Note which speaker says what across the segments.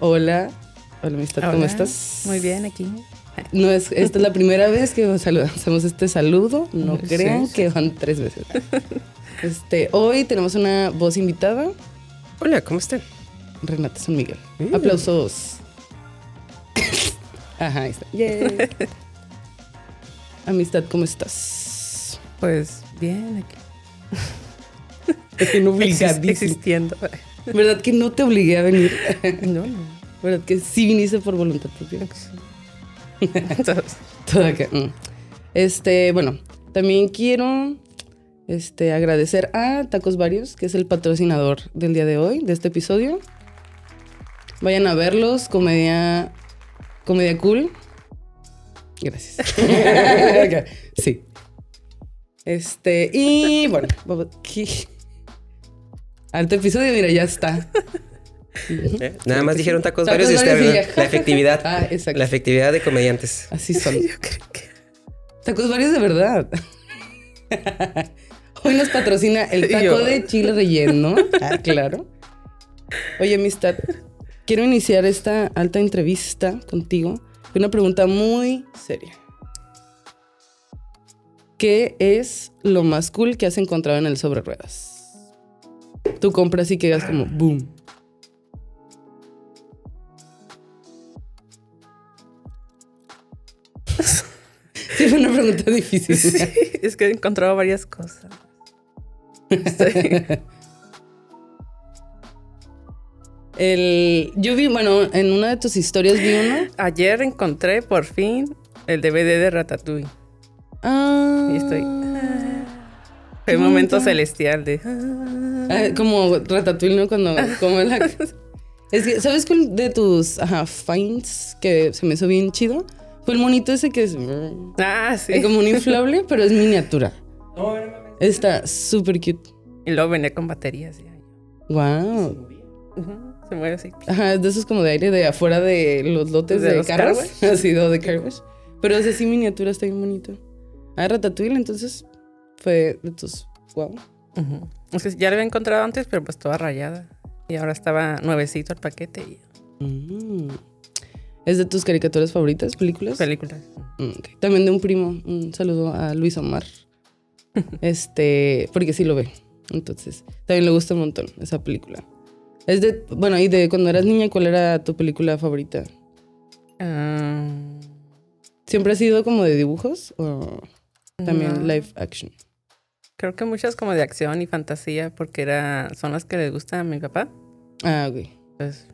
Speaker 1: Hola. Hola, amistad, ¿cómo
Speaker 2: Hola,
Speaker 1: estás?
Speaker 2: Muy bien, aquí.
Speaker 1: No es, esta es la primera vez que os saluda- hacemos este saludo. No
Speaker 2: Sí,
Speaker 1: crean
Speaker 2: sí.
Speaker 1: que van tres veces. Este, hoy tenemos una voz invitada,
Speaker 3: Hola, ¿cómo están?
Speaker 1: Renata San Miguel.
Speaker 3: Mm.
Speaker 1: Aplausos. Ajá, ahí está. Yay. Amistad, ¿cómo estás?
Speaker 2: Pues bien, aquí.
Speaker 1: Estoy
Speaker 2: Exis-
Speaker 1: obligadísimo.
Speaker 2: Existiendo.
Speaker 1: ¿Verdad que no te obligué a venir?
Speaker 2: No, no.
Speaker 1: ¿Verdad que sí viniste por voluntad propia?
Speaker 2: Entonces,
Speaker 1: Todo acá. mm. Este, bueno, también quiero este, agradecer a Tacos Varios, que es el patrocinador del día de hoy, de este episodio. Vayan a verlos, comedia, comedia cool. Gracias. Ok, sí. Este, y bueno, vamos aquí. Alto episodio, mira, ya está.
Speaker 3: Eh, Nada más dijeron tacos,
Speaker 1: Tacos
Speaker 3: varios y usted
Speaker 1: varios y
Speaker 3: habló.
Speaker 1: ya.
Speaker 3: la efectividad.
Speaker 1: Ah, exacto.
Speaker 3: La efectividad de comediantes.
Speaker 1: Así son.
Speaker 2: yo creo que.
Speaker 1: Tacos varios de verdad. Hoy nos patrocina el
Speaker 2: Y
Speaker 1: taco
Speaker 2: yo.
Speaker 1: de chile relleno. Ah, claro. Oye, amistad, quiero iniciar esta alta entrevista contigo con una pregunta muy seria. ¿Qué es lo más cool que has encontrado en el sobre ruedas? Tú compras y que hagas como boom. Sí, fue una pregunta difícil.
Speaker 2: Sí, es que he encontrado varias cosas. Estoy-
Speaker 1: El, yo vi, bueno, en una de tus historias vi uno.
Speaker 2: Ayer encontré por fin el DVD de Ratatouille.
Speaker 1: Ah,
Speaker 2: Y estoy- Fue
Speaker 1: Qué
Speaker 2: un momento
Speaker 1: bonito.
Speaker 2: celestial de.
Speaker 1: Ah, como Ratatouille, ¿no? Cuando como la... Es que, ¿sabes cuál de tus ajá, finds que se me hizo bien chido? Fue el monito ese que es,
Speaker 2: Ah, sí.
Speaker 1: es como un inflable, pero es miniatura. Está súper cute.
Speaker 2: Y luego venía con baterías. ya.
Speaker 1: Wow.
Speaker 2: Ujú, Se mueve así.
Speaker 1: Ajá, es de esos como de aire de afuera de los lotes
Speaker 2: ¿De
Speaker 1: de,
Speaker 2: los
Speaker 1: carros.
Speaker 2: car wash?
Speaker 1: Así, de, de car wash. Pero es así miniatura, está bien bonito. Ah, Ratatouille, entonces, fue de tus... Wow.
Speaker 2: Ujú. Entonces, ya lo había encontrado antes, pero pues toda rayada. Y ahora estaba nuevecito el paquete y
Speaker 1: Mm. ¿Es de tus caricaturas favoritas, películas?
Speaker 2: películas.
Speaker 1: Mm, ok. También de un primo. Un saludo a Luis Omar. este, porque sí lo ve. Entonces, también le gusta un montón esa película. Es de, bueno, y de cuando eras niña, ¿cuál era tu película favorita?
Speaker 2: Ah,
Speaker 1: ¿Siempre ha sido como de dibujos o también
Speaker 2: no.
Speaker 1: live action?
Speaker 2: Creo que muchas como de acción y fantasía, porque era, son las que les gusta a mi papá.
Speaker 1: Ah, ok.
Speaker 2: Pues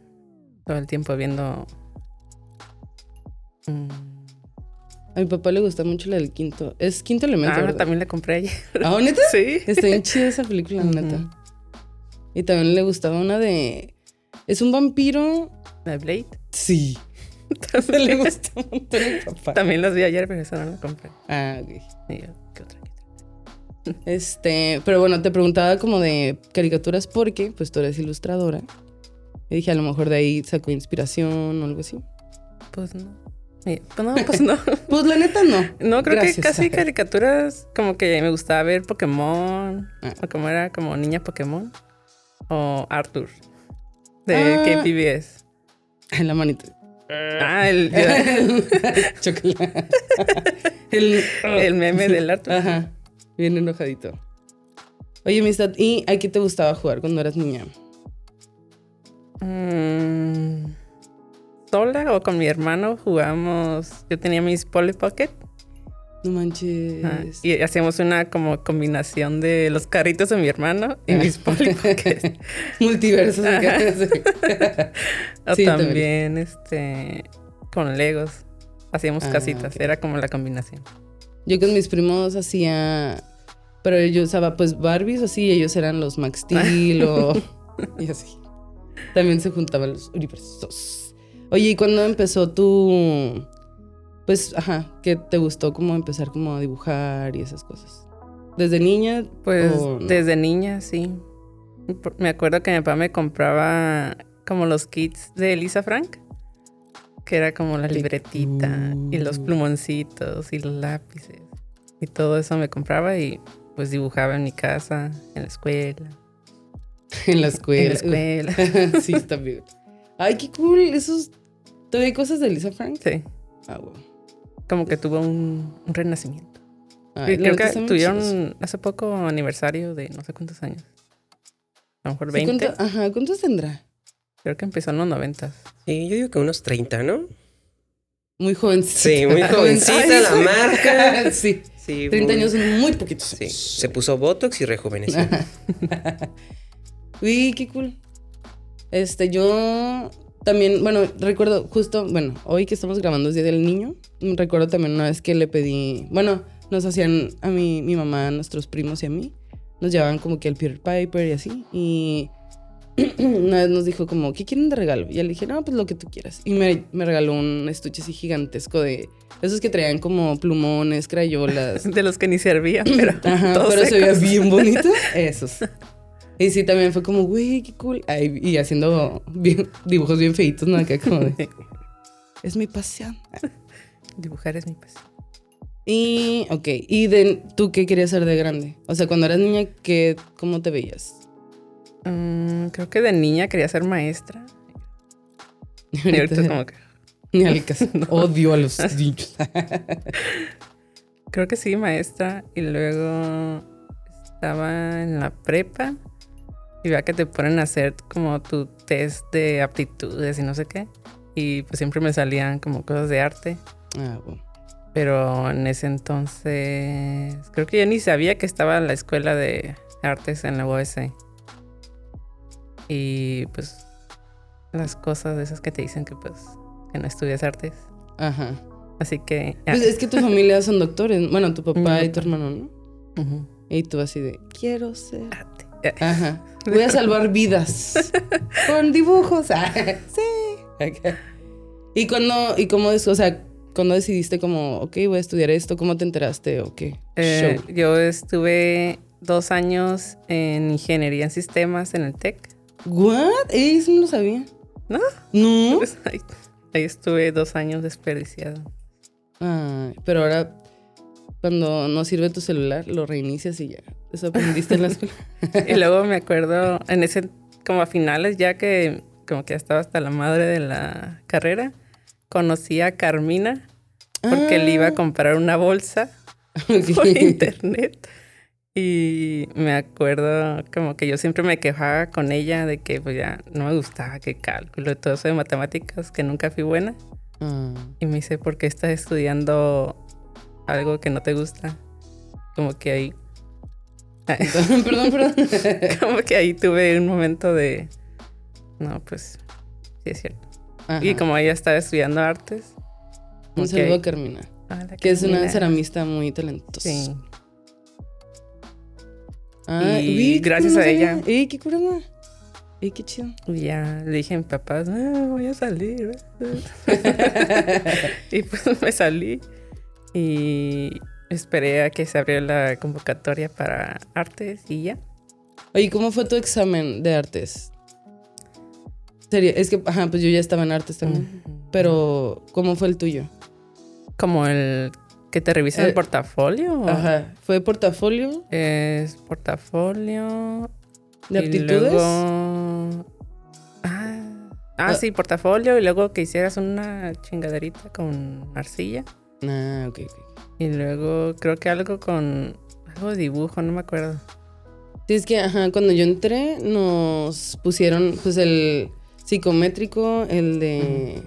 Speaker 2: todo el tiempo viendo. Mm.
Speaker 1: A mi papá le gusta mucho la del quinto. Es quinto elemento.
Speaker 2: Ah,
Speaker 1: ¿verdad?
Speaker 2: también la compré ayer.
Speaker 1: Ah, neta.
Speaker 2: Sí.
Speaker 1: Está bien chida esa película, la neta.
Speaker 2: Ujú.
Speaker 1: Y también le gustaba una de. Es un vampiro.
Speaker 2: La de Blade.
Speaker 1: Sí. Se le gusta un montón a mi papá.
Speaker 2: También las vi ayer, pero esa no la compré.
Speaker 1: Ah, ok.
Speaker 2: Y yo, ¿qué otra?
Speaker 1: Este, pero bueno, te preguntaba como de caricaturas porque, pues tú eres ilustradora. Y dije, a lo mejor de ahí sacó inspiración o algo así.
Speaker 2: Pues no. Y yo, Pues no, pues no.
Speaker 1: Pues la neta no.
Speaker 2: No, creo que
Speaker 1: Gracias.
Speaker 2: casi caricaturas como que me gustaba ver Pokémon,
Speaker 1: Ah.
Speaker 2: o como era como niña Pokémon, o Arthur, de
Speaker 1: Ah.
Speaker 2: KPBS.
Speaker 1: En la manita.
Speaker 2: Ah, el, yo-
Speaker 1: Chocolate. El,
Speaker 2: el meme del Arthur.
Speaker 1: Ajá. Bien enojadito. Oye, amistad, ¿y a qué te gustaba jugar cuando eras niña?
Speaker 2: Mm, sola o con mi hermano jugamos, yo tenía mis Polly Pocket
Speaker 1: No manches.
Speaker 2: ah, y hacíamos una como combinación de los carritos de mi hermano y mis Polly Pocket.
Speaker 1: Ah. Multiversos. acá, sí.
Speaker 2: O
Speaker 1: Ah, Sí, también.
Speaker 2: también, este, con Legos. Hacíamos
Speaker 1: Ah,
Speaker 2: casitas,
Speaker 1: ok.
Speaker 2: era como la combinación.
Speaker 1: Yo con mis primos hacía. Pero yo usaba pues Barbies así, y ellos eran los Max Steel o. y así. También se juntaban los universos. Oye, ¿y cuándo empezó tu. Pues, ajá, ¿qué te gustó como empezar como a dibujar y esas cosas? ¿Desde niña?
Speaker 2: Pues
Speaker 1: o Oh, no?
Speaker 2: desde niña, sí. Por- Me acuerdo que mi papá me compraba como los kits de Elisa Frank, que era como la
Speaker 1: Qué
Speaker 2: libretita y los
Speaker 1: cool.
Speaker 2: plumoncitos y los lápices. Y todo eso me compraba y pues dibujaba en mi casa, en la escuela.
Speaker 1: En la
Speaker 2: En
Speaker 1: escuela.
Speaker 2: la escuela.
Speaker 1: sí, también. Ay, qué cool. Esos. ¿Todavía hay cosas de Lisa Frank?
Speaker 2: Sí.
Speaker 1: Ah, wow.
Speaker 2: Como que tuvo un, un renacimiento.
Speaker 1: Ay, la
Speaker 2: Creo
Speaker 1: neta
Speaker 2: que
Speaker 1: están bien
Speaker 2: tuvieron
Speaker 1: chidos.
Speaker 2: hace poco aniversario de no sé cuántos años. A lo mejor
Speaker 1: Sí,
Speaker 2: 20.
Speaker 1: ¿cuánto- ajá, ¿cuántos tendrá?
Speaker 2: Creo que empezó en los 90.
Speaker 3: Sí, yo digo que unos 30, ¿no?
Speaker 1: Muy jovencita.
Speaker 3: Sí, muy jovencita la marca.
Speaker 1: sí.
Speaker 3: Sí,
Speaker 1: 30
Speaker 3: muy-
Speaker 1: años Ah. son muy poquitos.
Speaker 3: Sí, se puso Botox y rejuveneció.
Speaker 1: Uy, qué cool. Este, yo también, bueno, recuerdo justo, bueno, hoy que estamos grabando es Día del Niño, mm, recuerdo también una vez que le pedí, bueno, nos hacían a mí, mi mamá, a nuestros primos y a mí, nos llevaban como que al Peter Piper y así, y una vez nos dijo como, ¿qué quieren de regalo? Y yo le dije, no, pues lo que tú quieras. Y me, me regaló un estuche así gigantesco de esos que traían como plumones, crayolas,
Speaker 2: De los que ni servían, pero.
Speaker 1: Ajá,
Speaker 2: todos
Speaker 1: pero se veía
Speaker 2: secos.
Speaker 1: bien bonito. Esos. Y sí, también fue como, güey, qué cool. Ay, y haciendo bien- dibujos bien feitos, ¿no? Acá como de, es mi pasión.
Speaker 2: Dibujar es mi pasión.
Speaker 1: Y, ok, ¿y de, tú qué querías ser de grande? O sea, cuando eras niña, ¿qué, ¿cómo te veías?
Speaker 2: Mm, creo que de niña quería ser maestra. Y ahorita es como que.
Speaker 1: Ni al caso. Odio a los niños.
Speaker 2: Creo que sí, maestra. Y luego estaba en la prepa y vea que te ponen a hacer como tu test de aptitudes y no sé qué. Y pues siempre me salían como cosas de arte.
Speaker 1: Ah, bueno.
Speaker 2: Pero en ese entonces creo que yo ni sabía que estaba la escuela de artes en la UAS. Y pues las cosas de esas que te dicen que pues que no estudias artes.
Speaker 1: Ajá.
Speaker 2: Así que... ah,
Speaker 1: Pues es que tu familia son doctores. Bueno, tu papá
Speaker 2: Mi
Speaker 1: y tu hermano, ¿no?
Speaker 2: ujú,
Speaker 1: Y tú así de, quiero ser
Speaker 2: arte. Ah,
Speaker 1: Ajá. Voy a salvar vidas con dibujos. Ah, sí. Acá. Y cuando, y cómo es, o sea, cuando decidiste como, ok, voy a estudiar esto, ¿cómo te enteraste o qué?
Speaker 2: Eh,
Speaker 1: Show.
Speaker 2: yo estuve dos años en ingeniería en sistemas en el TEC.
Speaker 1: What? Eh, Eso no lo sabía.
Speaker 2: ¿No?
Speaker 1: No.
Speaker 2: Pues, ahí, ahí estuve dos años desperdiciado.
Speaker 1: Ay, pero ahora cuando no sirve tu celular, lo reinicias y ya. Eso aprendiste en la escuela.
Speaker 2: Y luego me acuerdo en ese, como a finales, ya que como que ya estaba hasta la madre de la carrera, conocí a Carmina porque le iba a comprar una bolsa
Speaker 1: Ah, Ok.
Speaker 2: por internet. Y me acuerdo como que yo siempre me quejaba con ella de que pues ya no me gustaba que cálculo y todo eso de matemáticas, que nunca fui buena.
Speaker 1: Ah.
Speaker 2: Y me dice, ¿por qué estás estudiando algo que no te gusta? Como que ahí,
Speaker 1: perdón, perdón.
Speaker 2: como que ahí tuve un momento de, no, pues, sí es cierto. Y
Speaker 1: Ajá.
Speaker 2: como ella estaba estudiando artes,
Speaker 1: Un
Speaker 2: ok.
Speaker 1: saludo a Carmina,
Speaker 2: ah, la
Speaker 1: que es una
Speaker 2: Carmina.
Speaker 1: ceramista muy talentosa.
Speaker 2: Sí.
Speaker 1: Ah,
Speaker 2: Y
Speaker 1: vi, qué
Speaker 2: gracias
Speaker 1: cool,
Speaker 2: a
Speaker 1: no sabía.
Speaker 2: ella.
Speaker 1: ¡Ey, qué curada! ¡Ey, qué chido!
Speaker 2: Y ya le dije a mi papá, "Ah, voy a salir. y pues me salí y esperé a que se abriera la convocatoria para artes y ya.
Speaker 1: Oye, ¿cómo fue tu examen de artes? Sería- Es que, ajá, pues yo ya estaba en artes también. Pero, ¿cómo fue el tuyo?
Speaker 2: Como el que te revisa
Speaker 1: Eh,
Speaker 2: el portafolio. o-
Speaker 1: Ajá. ¿Fue portafolio
Speaker 2: Es portafolio.
Speaker 1: de
Speaker 2: y
Speaker 1: aptitudes?
Speaker 2: luego- Ah, ah,
Speaker 1: Ah.
Speaker 2: sí, portafolio. Y luego que hicieras una chingaderita con arcilla.
Speaker 1: Ah, ok, ok.
Speaker 2: Y luego creo que algo con. Algo de dibujo, no me acuerdo.
Speaker 1: Sí, es que, ajá, cuando yo entré nos pusieron, pues, el psicométrico, el de...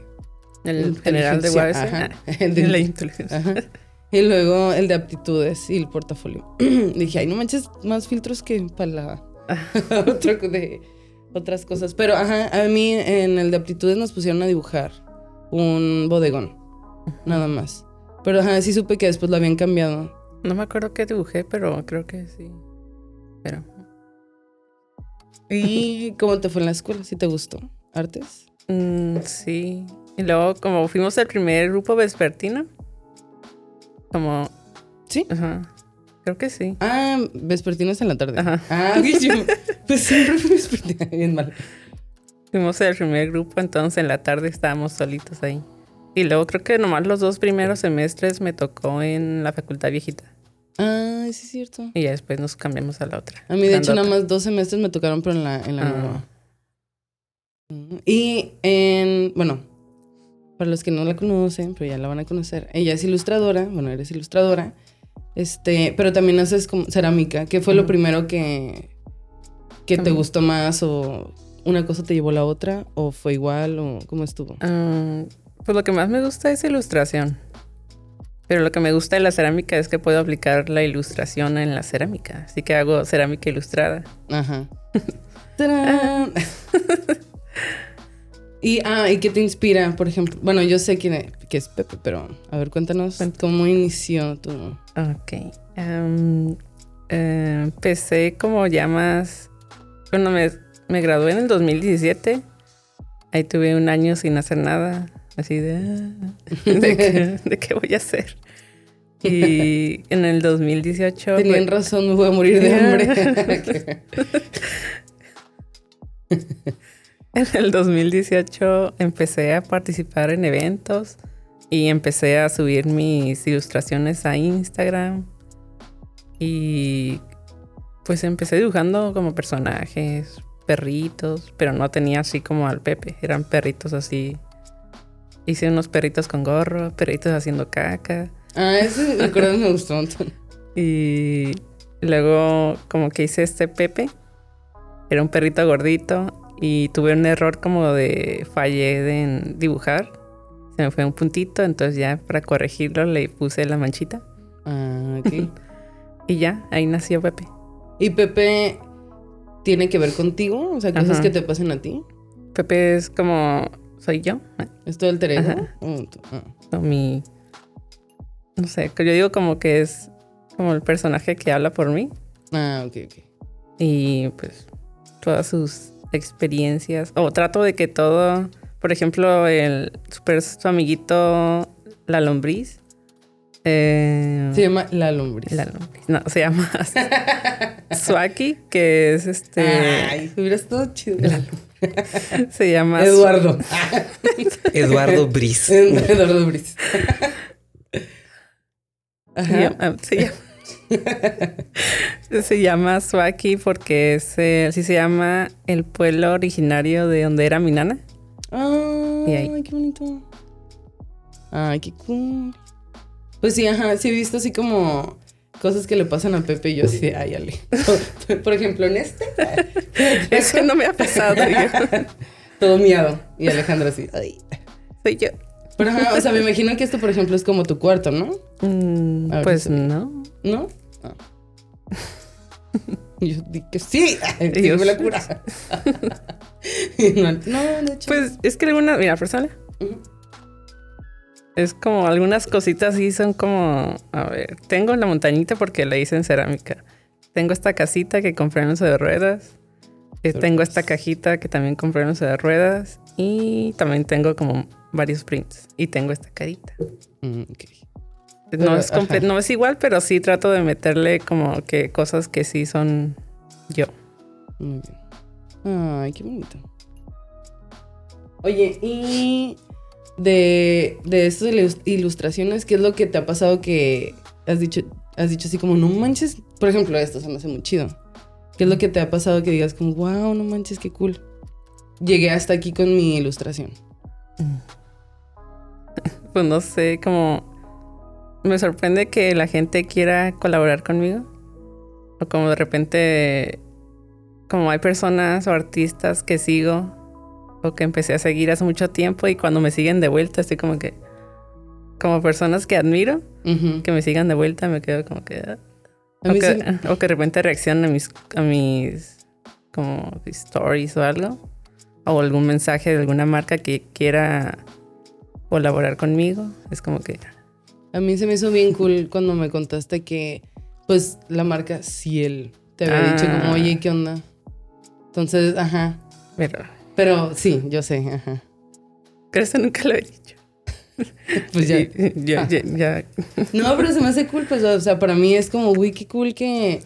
Speaker 2: El general de
Speaker 1: Inteligencia,
Speaker 2: UAS.
Speaker 1: ajá.
Speaker 2: ah,
Speaker 1: El de
Speaker 2: la inteligencia.
Speaker 1: Ajá. Y luego el de aptitudes y el portafolio. Dije, ay, no manches, más filtros que para la otro co- de otras cosas. Pero ajá, a mí en el de aptitudes nos pusieron a dibujar un bodegón, nada más. Pero ajá, sí supe que después lo habían cambiado.
Speaker 2: No me acuerdo qué dibujé, pero creo que sí. Pero.
Speaker 1: ¿Y cómo te fue en la escuela? ¿Sí te gustó? ¿Artes?
Speaker 2: Mm, sí. Y luego, como fuimos el primer grupo vespertino, como.
Speaker 1: ¿Sí?
Speaker 2: Ajá. Creo que sí.
Speaker 1: Ah, vespertinos en la tarde.
Speaker 2: Ajá.
Speaker 1: Ah, ok, yo- pues siempre fui vespertina, bien mal.
Speaker 2: Fuimos el primer grupo, entonces en la tarde estábamos solitos ahí. Y luego creo que nomás los dos primeros semestres me tocó en la facultad viejita.
Speaker 1: Ah, sí es cierto.
Speaker 2: Y ya después nos cambiamos a la otra.
Speaker 1: A mí, de hecho,
Speaker 2: grandota.
Speaker 1: nada más dos semestres me tocaron, pero en la, en la
Speaker 2: Ah.
Speaker 1: nueva. Y en, bueno, para los que no la conocen, pero ya la van a conocer, ella es ilustradora, bueno, eres ilustradora, este, pero también haces como cerámica, ¿qué fue lo
Speaker 2: Ujú.
Speaker 1: primero que, que te
Speaker 2: Ujú.
Speaker 1: gustó más o una cosa te llevó a la otra o fue igual o cómo estuvo?
Speaker 2: Ah, pues lo que más me gusta es ilustración. Pero lo que me gusta de la cerámica es que puedo aplicar la ilustración en la cerámica. Así que hago cerámica ilustrada.
Speaker 1: Ajá. ¡Tarán! y, ah, ¿y qué te inspira, por ejemplo? Bueno, yo sé quién es, que es Pepe, pero a ver, cuéntanos cómo inició tu...
Speaker 2: Ok. Am, eh, empecé como ya más... Bueno, me, me gradué en el 2017. Ahí tuve un año sin hacer nada. Así de... ah, ¿De qué, de qué voy a hacer? Y en el 2018...
Speaker 1: Tenían
Speaker 2: fue-
Speaker 1: razón, me voy a morir de hambre.
Speaker 2: En el 2018 empecé a participar en eventos y empecé a subir mis ilustraciones a Instagram. Y pues empecé dibujando como personajes, perritos, pero no tenía así como al Pepe, eran perritos así. Hice unos perritos con gorro, perritos haciendo caca.
Speaker 1: ah, ese me acuerdo, me gustó un montón.
Speaker 2: Y luego como que hice este Pepe. Era un perrito gordito y tuve un error como de fallé de- en dibujar. Se me fue un puntito, entonces ya para corregirlo le puse la manchita.
Speaker 1: Ah, ok.
Speaker 2: Y ya, ahí nació Pepe.
Speaker 1: ¿Y Pepe tiene que ver contigo? O sea, cosas
Speaker 2: Ajá.
Speaker 1: que te pasen a ti.
Speaker 2: Pepe es como soy yo,
Speaker 1: ¿Es todo el terreno?
Speaker 2: Ajá.
Speaker 1: ah.
Speaker 2: o mi... No sé, que yo digo como que es como el personaje que habla por mí.
Speaker 1: Ah, ok, ok.
Speaker 2: y pues todas sus experiencias. O trato de que todo, por ejemplo, el super su amiguito la lombriz. eh,
Speaker 1: Se llama La Lombriz.
Speaker 2: la lombriz. No, se llama Suaki, que es este.
Speaker 1: Ay, hubiera estado chido. La
Speaker 2: Se llama Su-
Speaker 1: Eduardo.
Speaker 3: Eduardo Briz.
Speaker 1: Eduardo Briz.
Speaker 2: Se
Speaker 1: Ajá.
Speaker 2: llama, se llama- se llama Suaki porque es, eh, así se llama el pueblo originario de donde era mi nana. Y
Speaker 1: Ah, Ay,
Speaker 2: ahí.
Speaker 1: qué bonito. Ay, qué cool. Pues sí, ajá, sí he visto así como cosas que le pasan a Pepe y yo así de, ay, Ale. Por ejemplo, en este,
Speaker 2: Eso no me ha pasado. yo-
Speaker 1: todo miado. Y Alejandro así, ay.
Speaker 2: soy yo.
Speaker 1: Pero ajá, o sea, me imagino que esto, por ejemplo, es como tu cuarto, ¿no?
Speaker 2: Mm,
Speaker 1: A ver,
Speaker 2: pues
Speaker 1: sí.
Speaker 2: no.
Speaker 1: ¿No? Ah. Y yo di que sí, sí
Speaker 2: Dios.
Speaker 1: me la cura. Y no, no, de hecho.
Speaker 2: Pues es que algunas, mira, persona,
Speaker 1: Ujú.
Speaker 2: es como algunas cositas sí son como, a ver, tengo la montañita porque la hice en cerámica. Tengo esta casita que compré en uso de ruedas. Eh,
Speaker 1: Pero
Speaker 2: tengo
Speaker 1: pues-
Speaker 2: esta cajita que también compré en uso de ruedas. Y también tengo como varios prints. Y tengo esta carita.
Speaker 1: Mm, ok. Pero,
Speaker 2: No es, comple-
Speaker 1: ajá.
Speaker 2: no es igual, pero sí trato de meterle como que cosas que sí son yo.
Speaker 1: Muy bien. Ay, qué bonito. Oye, y de, de estas ilus- ilustraciones, ¿qué es lo que te ha pasado que has dicho, has dicho así como, no manches? Por ejemplo, esto se me hace muy chido. ¿Qué es lo que te ha pasado que digas como, wow, no manches, qué cool? Llegué hasta aquí con mi ilustración.
Speaker 2: pues no sé, como me sorprende que la gente quiera colaborar conmigo. O como de repente, como hay personas o artistas que sigo o que empecé a seguir hace mucho tiempo y cuando me siguen de vuelta estoy como que, como personas que admiro,
Speaker 1: Ujú.
Speaker 2: que me sigan de vuelta me quedo como que... ah.
Speaker 1: A
Speaker 2: O
Speaker 1: mí
Speaker 2: que,
Speaker 1: sí-
Speaker 2: o que de repente reaccionan a mis, a mis como stories o algo. O algún mensaje de alguna marca que quiera colaborar conmigo. Es como que
Speaker 1: A mí se me hizo bien cool cuando me contaste que, pues, la marca Ciel te había dicho
Speaker 2: Ah.
Speaker 1: como, oye, ¿qué onda? Entonces, ajá.
Speaker 2: Pero
Speaker 1: Pero sí, yo sé, ajá.
Speaker 2: pero eso nunca lo he dicho.
Speaker 1: Pues ya.
Speaker 2: Y- y- yo-
Speaker 1: Ah.
Speaker 2: ya- ya-
Speaker 1: No, pero se me hace cool, pues, o sea, para mí es como, uy, qué cool que,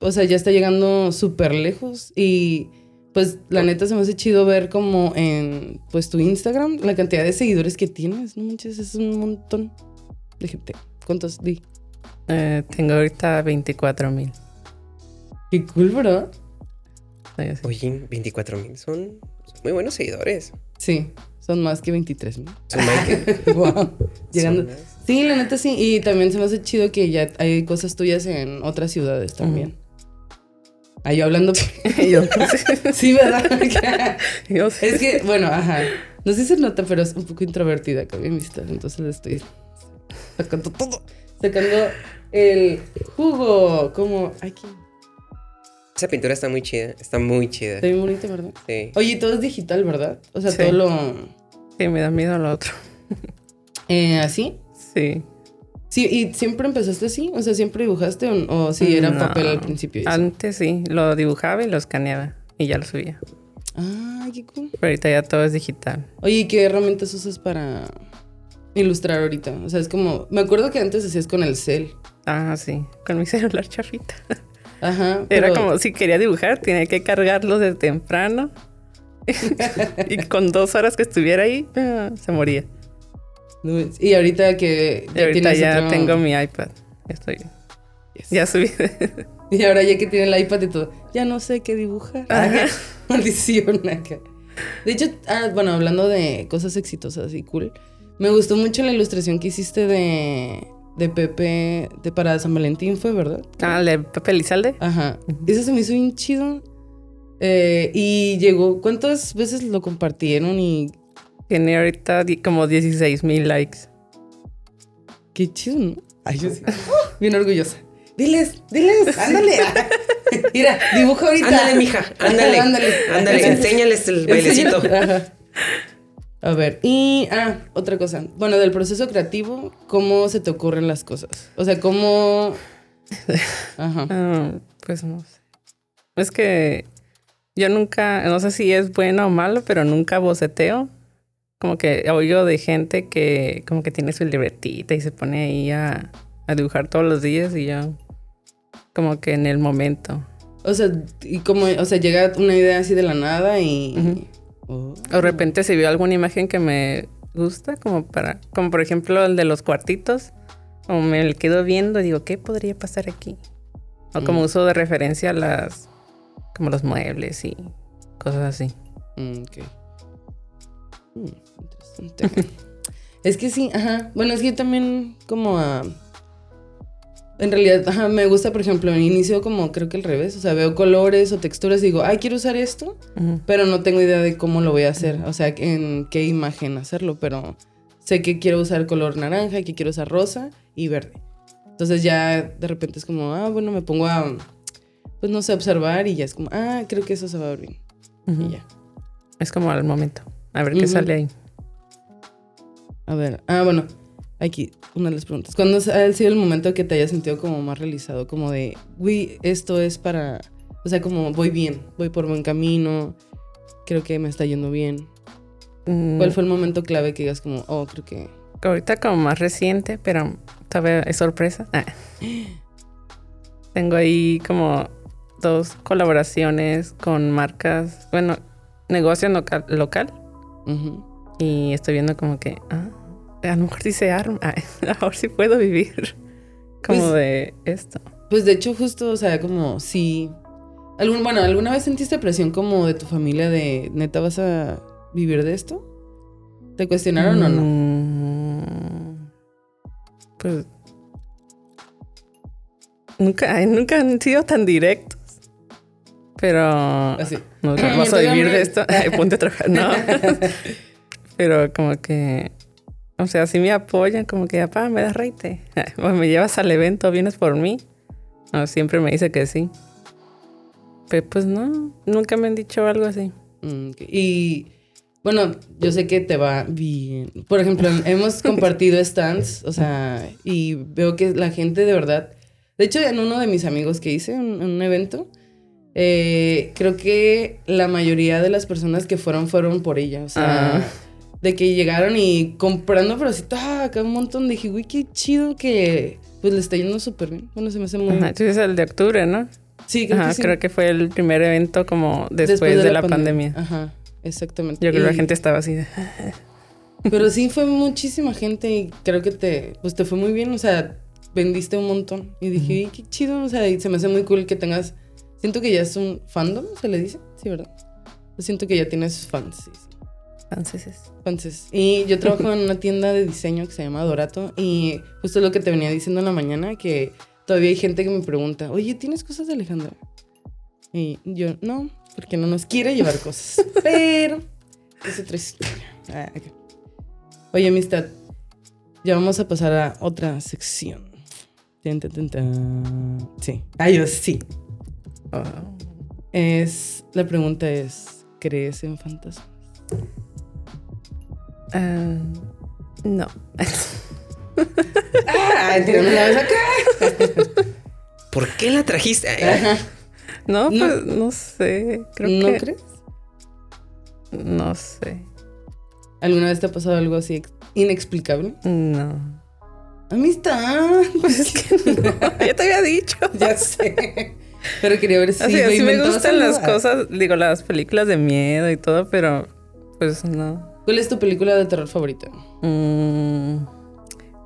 Speaker 1: o sea, ya está llegando súper lejos y, pues, la neta se me hace chido ver como en, pues, tu Instagram, la cantidad de seguidores que tienes, no manches, es un montón de gente. ¿Cuántos di?
Speaker 2: eh, tengo ahorita 24 mil.
Speaker 1: Qué cool, ¿verdad?
Speaker 3: Oye, 24 mil son
Speaker 4: Muy buenos seguidores.
Speaker 1: Sí, son más que 23 mil.
Speaker 4: Son más que-
Speaker 1: Wow. Ah, Llegando.
Speaker 4: son más.
Speaker 1: Sí, la neta sí. Y también se me hace chido que ya hay cosas tuyas en otras ciudades también. Ah, yo hablando. yo. sí, ¿verdad?
Speaker 2: Yo sé.
Speaker 1: es que, bueno, ajá. No sé si se nota, pero es un poco introvertida acá en vista. Entonces le estoy sacando todo. Sacando el jugo. Como aquí.
Speaker 4: Esa pintura está muy chida. Está muy chida.
Speaker 1: Está bien bonito, ¿verdad?
Speaker 4: Sí.
Speaker 1: Oye, todo es digital, ¿verdad? O sea,
Speaker 2: Sí.
Speaker 1: todo lo.
Speaker 2: Sí, me da miedo lo otro.
Speaker 1: eh, así.
Speaker 2: Sí.
Speaker 1: Sí, ¿y siempre empezaste así? O sea, ¿siempre dibujaste o, o si era
Speaker 2: Mm, No.
Speaker 1: papel al principio? y eso?
Speaker 2: Antes sí, lo dibujaba y lo escaneaba y ya lo subía.
Speaker 1: Ah, qué cool.
Speaker 2: Pero ahorita ya todo es digital.
Speaker 1: Oye, ¿y ¿qué herramientas usas para ilustrar ahorita? O sea, es como. Me acuerdo que antes hacías con el cel.
Speaker 2: Ah, sí, con mi celular chafita.
Speaker 1: Ajá.
Speaker 2: Era
Speaker 1: pero-
Speaker 2: como si quería dibujar, tenía que cargarlo desde temprano. y con dos horas que estuviera ahí, ah, se moría.
Speaker 1: No, es- Y ahorita que.
Speaker 2: Y ahorita
Speaker 1: tienes
Speaker 2: ya
Speaker 1: otro-
Speaker 2: tengo mi iPad. Estoy.
Speaker 1: Yes.
Speaker 2: Ya subí.
Speaker 1: Y ahora ya que tiene el iPad y todo. Ya no sé qué dibujar.
Speaker 2: Ajá.
Speaker 1: Maldición acá. De hecho, ah, bueno, hablando de cosas exitosas y cool, me gustó mucho la ilustración que hiciste de, de Pepe de para San Valentín, fue, ¿verdad?
Speaker 2: ah, ¿le Pepe Lizalde?
Speaker 1: Ajá. Eso se me hizo bien chido. Eh, y llegó, ¿cuántas veces lo compartieron? Y
Speaker 2: Tiene ahorita di- como 16 mil likes.
Speaker 1: qué chido, ¿no? Ay, yo sí. Bien orgullosa. Diles, diles, ándale. Mira, dibuja ahorita.
Speaker 3: Ándale, mija, ándale.
Speaker 1: Ándale.
Speaker 3: Ándale, enséñales el bailecito.
Speaker 1: Ajá. A ver, y ah, otra cosa. Bueno, del proceso creativo, ¿cómo se te ocurren las cosas? O sea, ¿cómo. Ajá.
Speaker 2: Ah, pues no sé. Es que yo nunca, no sé si es bueno o malo, pero nunca boceteo. Como que oigo de gente que como que tiene su libretita y se pone ahí a, a dibujar todos los días y yo como que en el momento.
Speaker 1: O sea, y como, o sea, llega una idea así de la nada y. Oh.
Speaker 2: O de repente si veo alguna imagen que me gusta, como para, como por ejemplo el de los cuartitos, o me quedo viendo y digo, ¿qué podría pasar aquí? O como
Speaker 1: Mm.
Speaker 2: uso de referencia las, como los muebles y cosas así.
Speaker 1: Mm, ok. Mm, interesante. es que sí, ajá. Bueno, es que yo también como a... En realidad, ajá, me gusta, por ejemplo, inicio como creo que al revés. O sea, veo colores o texturas y digo, ay, quiero usar esto,
Speaker 2: Ujú.
Speaker 1: pero no tengo idea de cómo lo voy a hacer. O sea, en qué imagen hacerlo, pero sé que quiero usar color naranja, que quiero usar rosa y verde. Entonces ya de repente es como, ah, bueno, me pongo a, pues no sé, observar y ya es como, ah, creo que eso se va a ver bien.
Speaker 2: Ujú.
Speaker 1: Y ya.
Speaker 2: Es como al momento. A ver qué
Speaker 1: Ujú.
Speaker 2: sale ahí.
Speaker 1: A ver, ah, bueno, aquí una de las preguntas. ¿Cuándo ha sido el momento que te hayas sentido como más realizado? Como de, güey, esto es para. O sea, como voy bien, voy por buen camino, creo que me está yendo bien.
Speaker 2: Mm,
Speaker 1: ¿Cuál fue el momento clave que digas, como, oh, creo que.
Speaker 2: Ahorita como más reciente, pero todavía es sorpresa. Ah. Tengo ahí como dos colaboraciones con marcas, bueno, negocio local, local
Speaker 1: ujú,
Speaker 2: y estoy viendo como que, ah, a lo mejor dice arma, a ver si puedo vivir como
Speaker 1: Pues-
Speaker 2: de esto.
Speaker 1: Pues de hecho, justo, o sea, como, sí. Algún, bueno, ¿alguna vez sentiste presión como de tu familia de, neta, vas a vivir de esto? ¿Te cuestionaron o no?
Speaker 2: Mm, Pues nunca, ay, nunca han sido tan directos. Pero
Speaker 1: Así.
Speaker 2: no vamos
Speaker 1: Entonces,
Speaker 2: a vivir
Speaker 1: hombre.
Speaker 2: de esto. Ay, ponte a trabajar. No. Pero como que, o sea, si me apoyan, como que papá, me das reite. O me llevas al evento, vienes por mí. No, siempre me dice que sí. Pero pues no, nunca me han dicho algo así.
Speaker 1: Mm, ok. Y bueno, yo sé que te va bien. Por ejemplo, hemos compartido stands, o sea, y veo que la gente de verdad. De hecho, en uno de mis amigos que hice, en en un evento, eh, creo que la mayoría de las personas que fueron fueron por ella. O sea,
Speaker 2: Ah.
Speaker 1: de que llegaron y comprando, pero así, ¡ah! acá un montón. Dije, güey, qué chido que pues le está yendo súper bien. Bueno, se me hace muy.
Speaker 2: Ajá, entonces el de octubre, ¿no?
Speaker 1: Mm. Sí, creo
Speaker 2: Ajá,
Speaker 1: que sí.
Speaker 2: creo que fue el primer evento como después, de, la, pandemia.
Speaker 1: Ajá, exactamente.
Speaker 2: Yo creo que la
Speaker 1: Y-
Speaker 2: gente estaba así de, "Ah,
Speaker 1: Pero sí fue muchísima gente y creo que te, pues te fue muy bien, o sea, vendiste un montón. Y dije, "Ay, qué chido, o sea, y se me hace muy cool que tengas, siento que ya es un fandom, se le dice, sí, ¿verdad? Yo siento que ya tienes fans. sí, sí.
Speaker 2: Franceses.
Speaker 1: Entonces, y yo trabajo en una tienda de diseño que se llama Dorato y justo lo que te venía diciendo en la mañana, que todavía hay gente que me pregunta, oye, ¿tienes cosas de Alejandra? Y yo, no, porque no nos quiere llevar cosas. Pero es otra historia. Ah, ok. Oye, amistad, ya vamos a pasar a otra sección. Tin, tin, tin, tan. Sí. Ah, yo sí.
Speaker 2: Oh.
Speaker 1: Es, la pregunta es, ¿crees en fantasmas?
Speaker 2: Ah, no.
Speaker 1: Ah, tirando la vez acá.
Speaker 4: ¿Por qué la trajiste?
Speaker 1: Eh, Ah,
Speaker 4: Ay,
Speaker 1: No.
Speaker 2: no, pues no sé. Creo
Speaker 1: ¿No
Speaker 2: que.
Speaker 1: crees?
Speaker 2: No sé.
Speaker 1: ¿Alguna vez te ha pasado algo así ex- inexplicable?
Speaker 2: No.
Speaker 1: Amistad.
Speaker 2: Pues es que no. Ya te había dicho.
Speaker 1: ya sé. Pero quería ver si
Speaker 2: así,
Speaker 1: lo
Speaker 2: así me
Speaker 1: inventabas
Speaker 2: gustan
Speaker 1: algo.
Speaker 2: las cosas, digo, las películas de miedo y todo, pero pues no.
Speaker 1: ¿Cuál es tu película de terror favorita?
Speaker 2: Mm,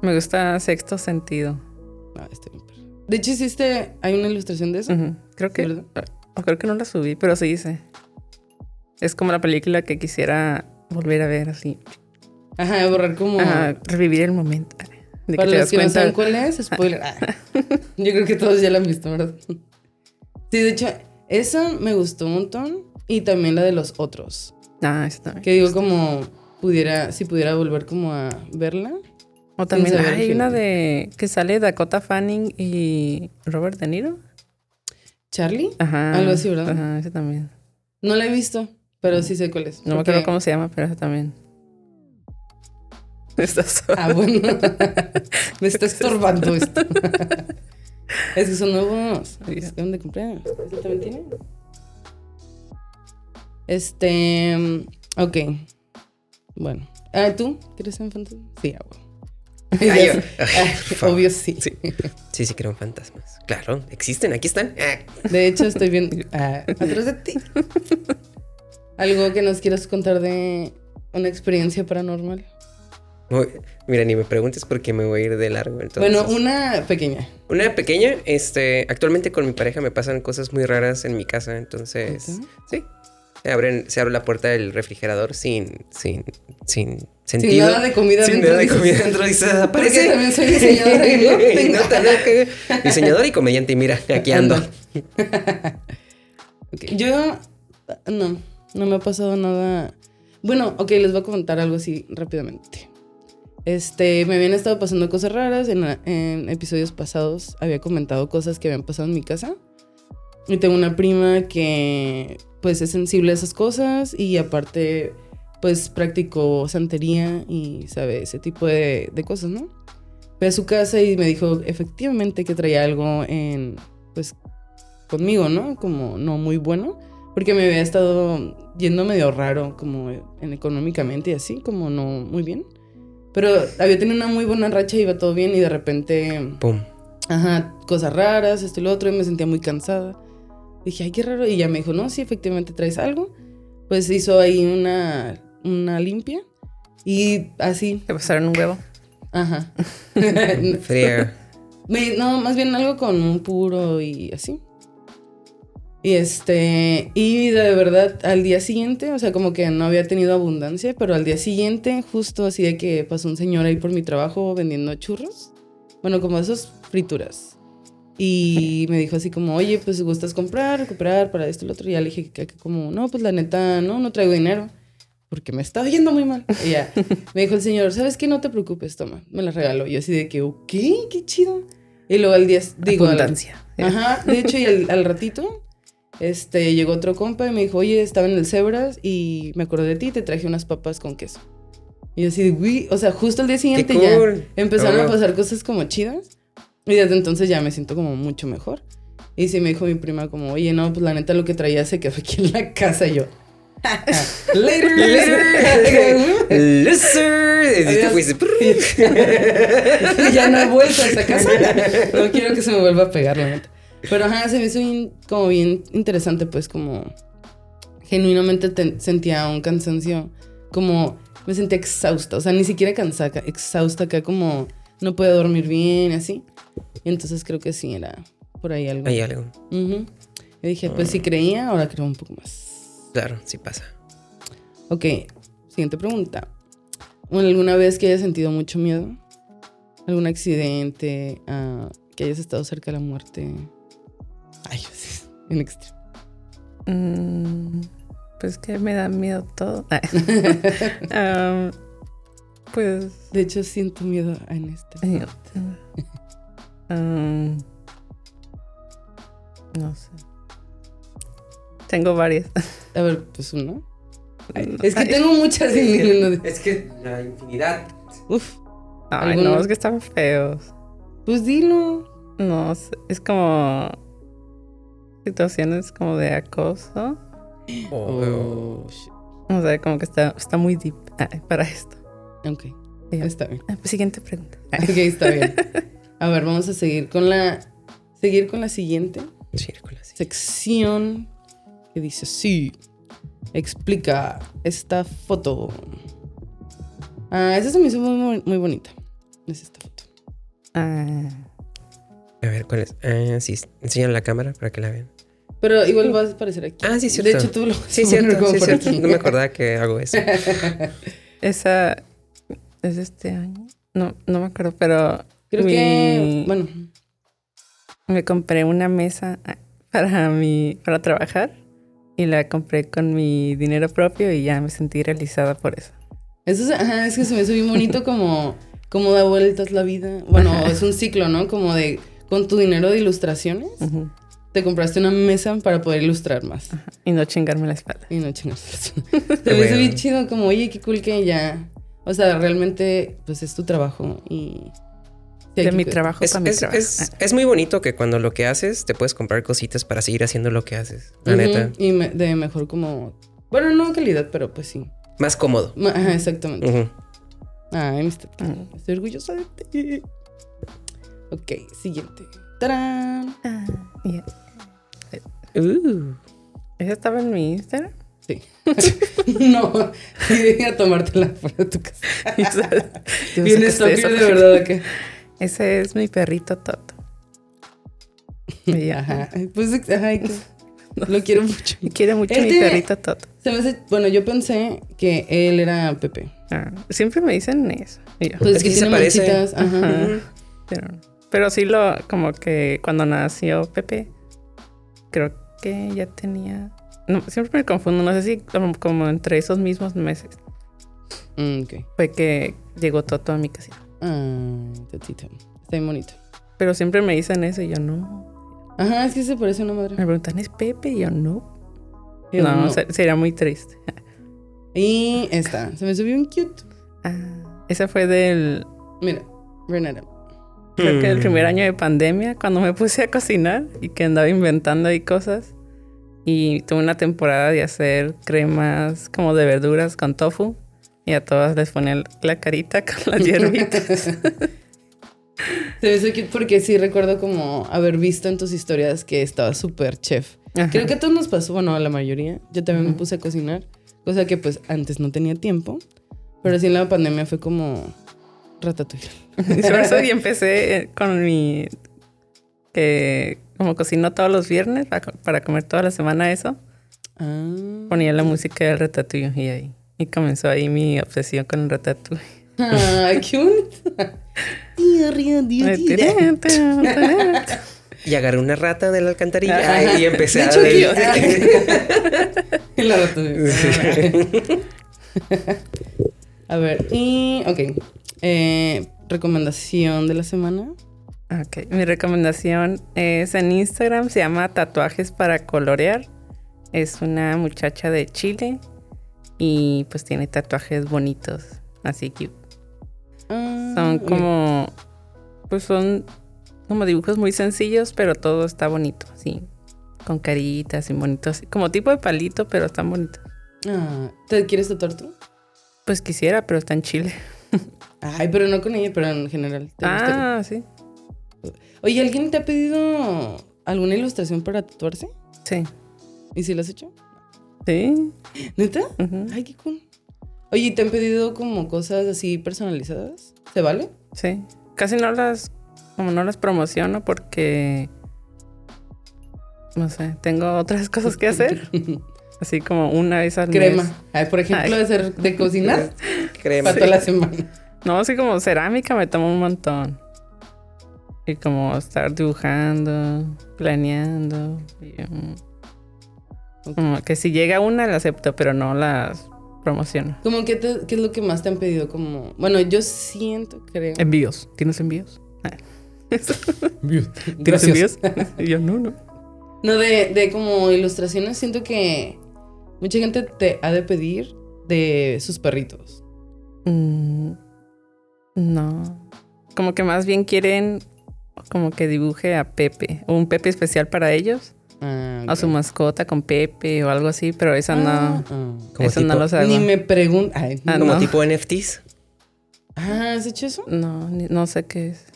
Speaker 2: me gusta Sexto Sentido.
Speaker 1: No, está bien. perra. este, De hecho, hiciste. Hay una ilustración de eso.
Speaker 2: Ujú. Creo que.
Speaker 1: ¿Verdad?
Speaker 2: o creo que no la subí, pero sí hice. Es como la película que quisiera volver a ver así.
Speaker 1: Ajá, de borrar como.
Speaker 2: Ajá, revivir el momento. De que
Speaker 1: Para
Speaker 2: te
Speaker 1: los
Speaker 2: das
Speaker 1: que no
Speaker 2: cuenta.
Speaker 1: saben cuál es, spoiler. Ah. Yo creo que todos ya la han visto, ¿verdad? Sí, de hecho, esa me gustó un montón. Y también la de los otros.
Speaker 2: Ah, eso también.
Speaker 1: Que digo, como pudiera, si pudiera volver como a verla.
Speaker 2: O también
Speaker 1: saber el
Speaker 2: hay una
Speaker 1: final.
Speaker 2: de que sale Dakota Fanning y Robert De Niro.
Speaker 1: Charlie.
Speaker 2: Ajá.
Speaker 1: Algo así, ¿verdad?
Speaker 2: Ajá, ese también.
Speaker 1: No la he visto, pero sí sé cuál es.
Speaker 2: No me
Speaker 1: porque-
Speaker 2: acuerdo cómo se llama, pero ese también. Estás
Speaker 1: Ah, bueno. me está estorbando esto. es que son nuevos.
Speaker 2: Ya.
Speaker 1: Es que ¿Dónde compré? ¿Este también tiene? Este. mm, Ok. Bueno. Ah, ¿Tú quieres en fantasma? Sí, ah, bueno.
Speaker 4: ay, yo-
Speaker 1: Ah, Obvio sí.
Speaker 4: Sí. Sí, sí, creo en fantasmas. Claro, existen, aquí están. Ah,
Speaker 1: De hecho, estoy viendo ah, atrás de ti. ¿Algo que nos quieras contar de una experiencia paranormal?
Speaker 4: voy- Mira, ni me preguntes porque me voy a ir de largo. Entonces.
Speaker 1: bueno, una pequeña.
Speaker 4: Una pequeña, este, actualmente con mi pareja me pasan cosas muy raras en mi casa, entonces,
Speaker 1: ¿Neta?
Speaker 4: sí. Se, abren, se abre la puerta del refrigerador sin, sin, sin
Speaker 1: Sin
Speaker 4: sentido.
Speaker 1: nada de comida
Speaker 4: Sin
Speaker 1: dentro
Speaker 4: nada de
Speaker 1: dices.
Speaker 4: comida dentro y se
Speaker 1: Porque
Speaker 4: desaparece.
Speaker 1: también soy diseñadora y no tengo-
Speaker 4: No, también que- Diseñadora y comediante, y mira, aquí ando.
Speaker 1: Ok, Yo no, no me ha pasado nada. Bueno, ok, les voy a contar algo así rápidamente. Este, me habían estado pasando cosas raras. En, la- en episodios pasados había comentado cosas que habían pasado en mi casa. Y tengo una prima que pues es sensible a esas cosas y aparte pues practicó santería y sabe ese tipo de, de cosas, ¿no? Fui a su casa y me dijo efectivamente que traía algo en pues conmigo, ¿no? Como no muy bueno, porque me había estado yendo medio raro, como en económicamente y así, como no muy bien. Pero había tenido una muy buena racha, iba todo bien y de repente
Speaker 4: Pum.
Speaker 1: ajá, cosas raras, esto y lo otro, y me sentía muy cansada. Dije, ay, qué raro. Y ya me dijo, no, sí, efectivamente traes algo. Pues hizo ahí una, una limpia y así,
Speaker 2: Te pasaron un huevo.
Speaker 1: ajá.
Speaker 4: Fría.
Speaker 1: Me- no, más bien algo con un puro y así. Y este, y de verdad, al día siguiente, o sea, como que no había tenido abundancia, pero al día siguiente, justo así de que pasó un señor ahí por mi trabajo vendiendo churros, bueno, como esas frituras. Y me dijo así como, oye, pues gustas comprar, comprar para esto y lo otro. Y ya le dije que, que como, no, pues la neta, no, no traigo dinero, porque me estaba yendo muy mal. Y ya, me dijo el señor, ¿sabes qué? No te preocupes, toma, me la regaló. Yo así de que, ok, qué chido. Y luego al día, digo, al-
Speaker 2: Abundancia.
Speaker 1: Ajá, de hecho, y al, al ratito, este, llegó otro compa y me dijo, oye, estaba en el Zebras y me acordé de ti y te traje unas papas con queso. Y yo así, de, güey, o sea, justo al día siguiente ya
Speaker 4: cool.
Speaker 1: empezaron a
Speaker 4: Wow.
Speaker 1: pasar cosas como chidas y desde entonces ya me siento como mucho mejor. Y sí me dijo mi prima como, oye, no, pues la neta lo que traía se quedó aquí en la casa y yo. "Ah, Later,
Speaker 4: Loser. Loser. Y te
Speaker 1: Adiós.
Speaker 4: fuiste.
Speaker 1: ya no he vuelto a esa casa. No quiero que se me vuelva a pegar, la neta. Pero ajá, se me hizo bien- como bien interesante, pues, como genuinamente te- sentía un cansancio, como me sentía exhausta, o sea, ni siquiera cansada, exhausta acá, como no podía dormir bien, así. Y entonces creo que sí, era por ahí algo.
Speaker 4: Hay algo.
Speaker 1: Ujú. Y dije, pues si creía, ahora creo un poco más.
Speaker 4: Claro, sí pasa.
Speaker 1: Ok, siguiente pregunta. Bueno, ¿Alguna vez que hayas sentido mucho miedo? ¿Algún accidente? Ah, ¿Que hayas estado cerca de la muerte? Ay, sí, en extremo.
Speaker 2: Mm, pues que me da miedo todo. Ah, pues
Speaker 1: De hecho, siento miedo en este.
Speaker 2: Ay, mm, no sé. Tengo varias.
Speaker 1: A ver, pues uno. Ay, es que tengo muchas y ninguna de-
Speaker 4: Es que la infinidad.
Speaker 1: Uf,
Speaker 2: Ay,
Speaker 1: ¿Alguna?
Speaker 2: no, es que están feos.
Speaker 1: pues dilo.
Speaker 2: No sé, es como situaciones como de acoso.
Speaker 1: Oh, shit.
Speaker 2: O sea, como que está, está muy deep ay, para esto.
Speaker 1: Ok,
Speaker 2: Ya.
Speaker 1: está bien.
Speaker 2: Ah, pues, siguiente pregunta. Ay,
Speaker 1: Ok, está bien. A ver, vamos a seguir con la. Seguir con la siguiente
Speaker 4: Círculo así.
Speaker 1: sección que dice sí. Explica esta foto. Ah, esa se me hizo muy, muy, muy bonita. Es esta foto.
Speaker 2: ah,
Speaker 4: A ver, ¿cuál es? Ah, sí, enseñan la cámara para que la vean.
Speaker 1: Pero igual va a aparecer aquí.
Speaker 4: Ah, sí, cierto.
Speaker 1: De hecho, tú lo
Speaker 4: Sí,
Speaker 1: vas a poner
Speaker 4: cierto,
Speaker 1: como
Speaker 4: sí,
Speaker 1: por
Speaker 4: cierto.
Speaker 1: aquí.
Speaker 4: No me acordaba que hago eso.
Speaker 2: esa es de este año. No, no me acuerdo, pero
Speaker 1: Creo
Speaker 2: mi-
Speaker 1: que. Bueno,
Speaker 2: me compré una mesa ah, para mi, para trabajar y la compré con mi dinero propio y ya me sentí realizada por eso.
Speaker 1: eso es, ajá, es que se me hizo bien bonito como. Como da vueltas la vida. Bueno, es un ciclo, ¿no? Como de. Con tu dinero de ilustraciones,
Speaker 2: Ujú.
Speaker 1: te compraste una mesa para poder ilustrar más.
Speaker 2: Y no chingarme la espalda.
Speaker 1: Y no chingas.
Speaker 4: Qué
Speaker 1: Te ves
Speaker 4: bueno.
Speaker 1: bien chido, como, oye, qué cool que ya. O sea, realmente, pues es tu trabajo y. sí hay
Speaker 2: De
Speaker 1: que
Speaker 2: mi
Speaker 1: cuidar.
Speaker 2: trabajo
Speaker 4: Es,
Speaker 2: para mi
Speaker 4: es-
Speaker 2: trabajo.
Speaker 4: es- es muy bonito que cuando lo que haces te puedes comprar cositas para seguir haciendo lo que haces. La
Speaker 1: Ujú,
Speaker 4: neta.
Speaker 1: Y me- de mejor como. Bueno, no calidad, pero pues sí.
Speaker 4: Más cómodo.
Speaker 1: Ma- Ajá, exactamente.
Speaker 4: Ujú.
Speaker 1: Ay, mis tetas.
Speaker 2: Ah, mm.
Speaker 1: Estoy orgullosa de ti. Ok, siguiente. ¡Tarán!
Speaker 2: Ah, yeah.
Speaker 4: Uh,
Speaker 2: Esa estaba en mi Instagram.
Speaker 1: Sí. no, sí, deja tomártela fuera de tu casa.
Speaker 2: Yo
Speaker 1: Bien
Speaker 2: sé que es
Speaker 1: estúpido,
Speaker 2: eso.
Speaker 1: de verdad, acá.
Speaker 2: Ese es mi perrito Toto. Y ya.
Speaker 1: Ajá. Pues, ajá, que- lo quiero mucho.
Speaker 2: Me Quiere mucho mi
Speaker 1: Este-
Speaker 2: perrito Toto.
Speaker 1: Se me hace- bueno, yo pensé que él era Pepe.
Speaker 2: Ah, siempre me dicen eso. Y yo,
Speaker 1: Pues
Speaker 4: Es
Speaker 1: que,
Speaker 4: que sí
Speaker 1: tiene
Speaker 4: se parece.
Speaker 1: manchitas. Ajá.
Speaker 2: Ajá. Pero, pero sí lo, como que cuando nació Pepe, creo que ya tenía. No, siempre me confundo, no sé si como, como entre esos mismos meses
Speaker 1: Mm, ok.
Speaker 2: fue que llegó Toto a mi casita.
Speaker 1: Ay, tatito. Está bien bonito.
Speaker 2: Pero siempre me dicen eso y yo no.
Speaker 1: Ajá, es que se parece a una
Speaker 2: Me
Speaker 1: madre.
Speaker 2: preguntan, ¿es Pepe? Y yo no.
Speaker 1: Yo
Speaker 2: no,
Speaker 1: no.
Speaker 2: se- sería muy triste.
Speaker 1: Y esta. Se me subió un cute.
Speaker 2: Ah, esa fue del.
Speaker 1: Mira, Renata.
Speaker 2: Creo que el
Speaker 4: Mm.
Speaker 2: primer año de pandemia, cuando me puse a cocinar y que andaba inventando ahí cosas. Y tuve una temporada de hacer cremas como de verduras con tofu. Y a todas les ponía la carita con las hierbitas.
Speaker 1: Se me hizo cute porque sí recuerdo como haber visto en tus historias que estaba súper chef.
Speaker 2: Ajá.
Speaker 1: Creo que a todos nos pasó, bueno, a la mayoría. Yo también me
Speaker 2: Ujú.
Speaker 1: puse a cocinar, cosa que pues antes no tenía tiempo. Pero sí en la pandemia fue como ratatouille.
Speaker 2: Y por eso y empecé eh, con mi... Que como cocino todos los viernes para, co- para comer toda la semana eso,
Speaker 1: Ah.
Speaker 2: ponía la música del ratatouille y ahí. Y comenzó ahí mi obsesión con el ratatouille.
Speaker 1: Ay, Ah, qué bonito. Tía, ría, tía, tía.
Speaker 4: Y agarré una rata de la alcantarilla
Speaker 1: Ajá.
Speaker 4: y empecé
Speaker 1: De
Speaker 4: a
Speaker 1: hecho,
Speaker 4: darle-
Speaker 1: Y la rata de- A ver, y. Ok. Eh, recomendación de la semana.
Speaker 2: Ok, mi recomendación es en Instagram, se llama Tatuajes para Colorear. Es una muchacha de Chile y pues tiene tatuajes bonitos, así que
Speaker 1: Ah,
Speaker 2: son
Speaker 1: ok.
Speaker 2: como, pues son como dibujos muy sencillos, pero todo está bonito, así, con caritas y bonitos, como tipo de palito, pero están bonitos.
Speaker 1: Ah, ¿Te quieres tatuar tú?
Speaker 2: Pues quisiera, pero está en Chile.
Speaker 1: Ay, pero no con ella, pero en general. ¿te gustaría?
Speaker 2: Ah, sí, Ah.
Speaker 1: Oye, ¿alguien te ha pedido alguna ilustración para tatuarse?
Speaker 2: sí,
Speaker 1: ¿Y si la has hecho?
Speaker 2: sí.
Speaker 1: ¿Neta?
Speaker 2: ujú,
Speaker 1: Ay, qué cool. Oye, ¿te han pedido como cosas así personalizadas? ¿Se vale?
Speaker 2: Sí. Casi no las, como no las promociono porque, no sé, tengo otras cosas que hacer. Así como una vez al
Speaker 1: Crema.
Speaker 2: mes.
Speaker 1: Ay, por ejemplo,
Speaker 2: Ay.
Speaker 1: de, ser, de cocinar,
Speaker 4: Crema.
Speaker 1: para toda la semana.
Speaker 2: No, así como cerámica me tomo un montón. Y como estar dibujando, planeando. y, um, como que si llega una la acepto, pero no las promociono.
Speaker 1: Como que te- qué es lo que más te han pedido, como, bueno, yo siento, creo.
Speaker 2: Envíos. ¿Tienes envíos? Ah. ¿Tienes
Speaker 1: Gracias.
Speaker 2: envíos? Y yo no, no.
Speaker 1: No, de, de como ilustraciones, siento que mucha gente te ha de pedir de sus perritos.
Speaker 2: Mm, no. Como que más bien quieren como que dibuje a Pepe. o Un Pepe especial para ellos.
Speaker 1: Ah,
Speaker 2: A su mascota con Pepe o algo así, pero esa no.
Speaker 1: Ah.
Speaker 4: Como
Speaker 2: esa no
Speaker 4: tipo-
Speaker 2: los hago.
Speaker 1: Ni me pregunta. Ay,
Speaker 2: Ah,
Speaker 1: no.
Speaker 4: Como
Speaker 2: no.
Speaker 4: tipo NFTs.
Speaker 1: Ah, ¿has hecho eso?
Speaker 2: No, ni- no sé qué es.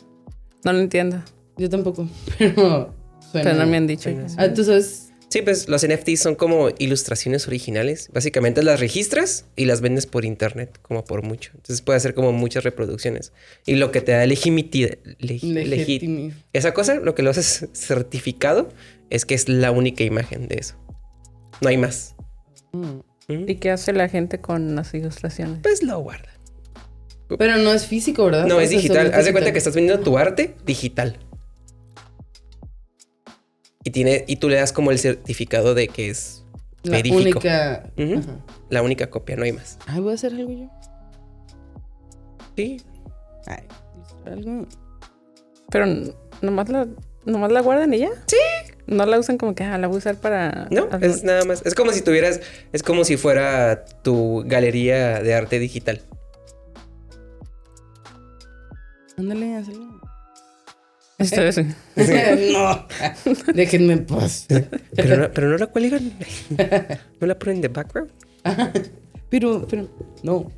Speaker 2: No lo entiendo.
Speaker 1: Yo tampoco, pero suena.
Speaker 2: pero no me han dicho.
Speaker 4: suena
Speaker 1: Ah, tú sabes.
Speaker 4: Sí, pues los NFTs son como ilustraciones originales. Básicamente las registras y las vendes por internet, como por mucho. Entonces puede hacer como muchas reproducciones. Y lo que te da legitimidad.
Speaker 1: Legitimi.
Speaker 4: esa cosa, lo que lo haces certificado, es que es la única imagen de eso. No hay más.
Speaker 1: Mm.
Speaker 4: ¿Mm?
Speaker 2: ¿Y qué hace la gente con las ilustraciones?
Speaker 4: Pues lo guarda.
Speaker 1: Pero no es físico, ¿verdad?
Speaker 4: No,
Speaker 1: O
Speaker 4: es
Speaker 1: sea,
Speaker 4: digital.
Speaker 1: solo
Speaker 4: Haz de cuenta
Speaker 1: Ah, digital.
Speaker 4: que estás vendiendo tu arte digital. Y, tiene, y tú le das como el certificado de que es
Speaker 1: La
Speaker 4: verífico.
Speaker 1: única.
Speaker 4: Ujú.
Speaker 1: Ajá.
Speaker 4: la única copia, no hay más.
Speaker 1: Ay, voy a hacer algo yo.
Speaker 4: Sí,
Speaker 1: Ay, algo.
Speaker 2: Pero n- nomás la, nomás la guardan y ya. Sí. No la usan como que ah, la voy a usar para.
Speaker 4: No,
Speaker 2: algún-
Speaker 4: es nada más. Es como si tuvieras, es como si fuera tu galería de arte digital.
Speaker 1: Ándale, hazlo.
Speaker 2: Esto es-
Speaker 1: no. Déjenme en paz.
Speaker 4: Pero no, pero no la cuelgan, no la ponen de background.
Speaker 1: Pero, pero, no.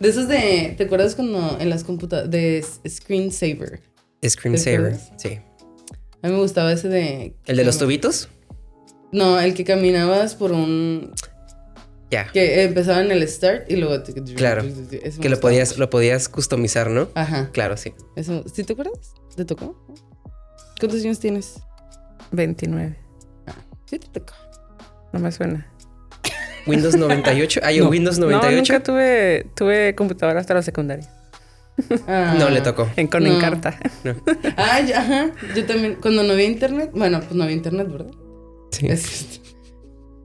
Speaker 1: De esos de. ¿Te acuerdas cuando en las computadoras. de s- screensaver?
Speaker 4: Screensaver,
Speaker 1: ¿Recuerdas?
Speaker 4: sí.
Speaker 1: A mí me gustaba ese de.
Speaker 4: El de los tubitos,
Speaker 1: No, el que caminabas por un.
Speaker 4: ya.
Speaker 1: Que empezaba en el start y luego. te-
Speaker 4: Claro,
Speaker 1: ese me
Speaker 4: Que
Speaker 1: gustaba
Speaker 4: lo podías,
Speaker 1: mucho.
Speaker 4: lo podías customizar, ¿no?
Speaker 1: Ajá.
Speaker 4: Claro, sí.
Speaker 1: Eso. ¿Sí te acuerdas? ¿Te tocó? ¿Cuántos años tienes?
Speaker 2: 29.
Speaker 1: Sí, te tocó.
Speaker 2: No me suena.
Speaker 4: Windows 98. Ay,
Speaker 1: No.
Speaker 4: Windows
Speaker 2: No,
Speaker 4: 98.
Speaker 2: nunca tuve, tuve computadora hasta la secundaria.
Speaker 1: Ah.
Speaker 4: No le tocó.
Speaker 2: En, con
Speaker 1: No.
Speaker 2: Encarta.
Speaker 1: Ah, ya, ajá. Yo también. Cuando no había internet. Bueno, pues no había internet, ¿verdad?
Speaker 4: Sí.
Speaker 1: Es,